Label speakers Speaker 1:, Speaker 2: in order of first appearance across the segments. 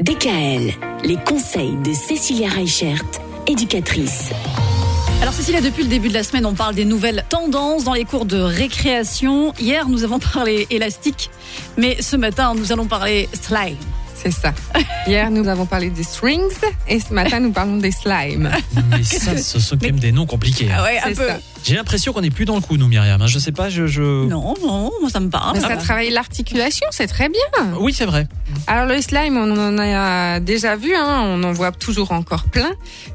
Speaker 1: DKL, les conseils de Cécilia Reichert, éducatrice.
Speaker 2: Alors Cécilia, depuis le début de la semaine, on parle des nouvelles tendances dans les cours de récréation. Hier, nous avons parlé élastique, mais ce matin, nous allons parler slime.
Speaker 3: C'est ça. Hier, nous avons parlé des strings et ce matin, nous parlons des slimes.
Speaker 4: Mais ça, ce sont quand même des noms compliqués. hein.
Speaker 2: Ah ouais,
Speaker 3: C'est ça.
Speaker 4: J'ai l'impression qu'on n'est plus dans le coup, nous, Myriam. hein. Je sais pas, je. je-
Speaker 2: Non, non, moi ça me parle. Ah bah.
Speaker 3: Mais ça travaille l'articulation, c'est très bien.
Speaker 4: Ah Oui, c'est vrai.
Speaker 3: Alors le slime, on en a déjà vu, hein, on en voit toujours encore plein.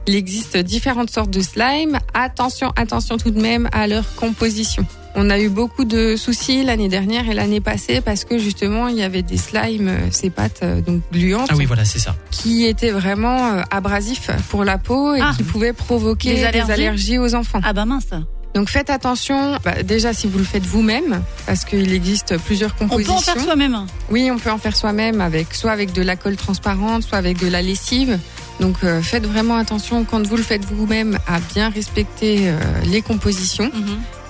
Speaker 3: Il existe différentes sortes de slime. Attention, attention tout de même à leur composition. On a eu beaucoup de soucis l'année dernière et l'année passée parce que justement il y avait des slimes, euh, ces pâtes euh, donc gluantes,
Speaker 4: Ah oui, voilà, c'est ça.
Speaker 3: qui étaient vraiment euh, abrasifs pour la peau et
Speaker 2: Ah.
Speaker 3: qui pouvaient provoquer
Speaker 2: Des allergies
Speaker 3: des allergies aux enfants.
Speaker 2: Ah bah mince.
Speaker 3: Donc faites attention, bah, déjà si vous le faites vous-même, parce qu'il existe plusieurs
Speaker 2: On peut
Speaker 3: compositions.
Speaker 2: en faire soi-même.
Speaker 3: oui, on peut en faire soi-même, avec soit avec de la colle transparente, soit avec de la lessive. Donc euh, faites vraiment attention quand vous le faites vous-même à bien respecter euh, les compositions.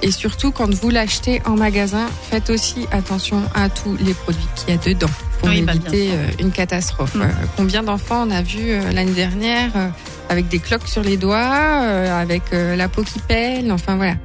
Speaker 3: Et surtout quand vous l'achetez en magasin, faites aussi attention à tous les produits qu'il y a dedans pour
Speaker 2: Oui, bah, bien
Speaker 3: éviter euh, une catastrophe.
Speaker 2: Mm.
Speaker 3: Euh, combien d'enfants on a vu euh, l'année dernière euh, avec des cloques sur les doigts, euh, avec euh, la peau qui pèle, enfin voilà.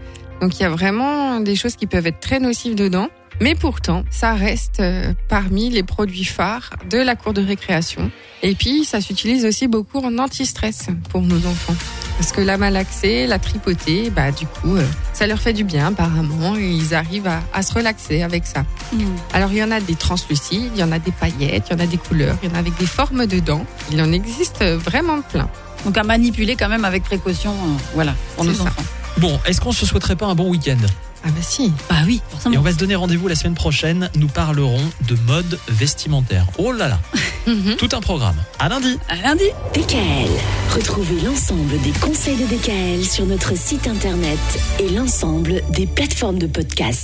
Speaker 3: Donc il y a vraiment des choses qui peuvent être très nocives dedans. Mais pourtant, ça reste euh, parmi les produits phares de la cour de récréation. Et puis, ça s'utilise aussi beaucoup en anti-stress pour nos enfants. Parce que la malaxer, la tripoter, bah, du coup, euh, ça leur fait du bien apparemment et ils arrivent à, à se relaxer avec ça.
Speaker 2: Mhm.
Speaker 3: Alors, il y en a des translucides, il y en a des paillettes, il y en a des couleurs, il y en a avec des formes dedans. Il en existe vraiment plein.
Speaker 2: Donc à manipuler quand même avec précaution, euh, voilà, pour
Speaker 3: C'est
Speaker 2: nos
Speaker 3: ça.
Speaker 2: enfants.
Speaker 4: Bon, est-ce qu'on se souhaiterait pas un bon week-end
Speaker 3: Ah bah si,
Speaker 2: Bah oui,
Speaker 4: Et on
Speaker 2: forcément.
Speaker 4: va se donner rendez-vous la semaine prochaine. Nous parlerons de mode vestimentaire. Oh là là,
Speaker 2: Hein
Speaker 3: Mhm.
Speaker 4: tout un programme. À lundi
Speaker 2: À lundi.
Speaker 1: DKL, retrouvez l'ensemble des conseils de DKL sur notre site internet et l'ensemble des plateformes de podcast.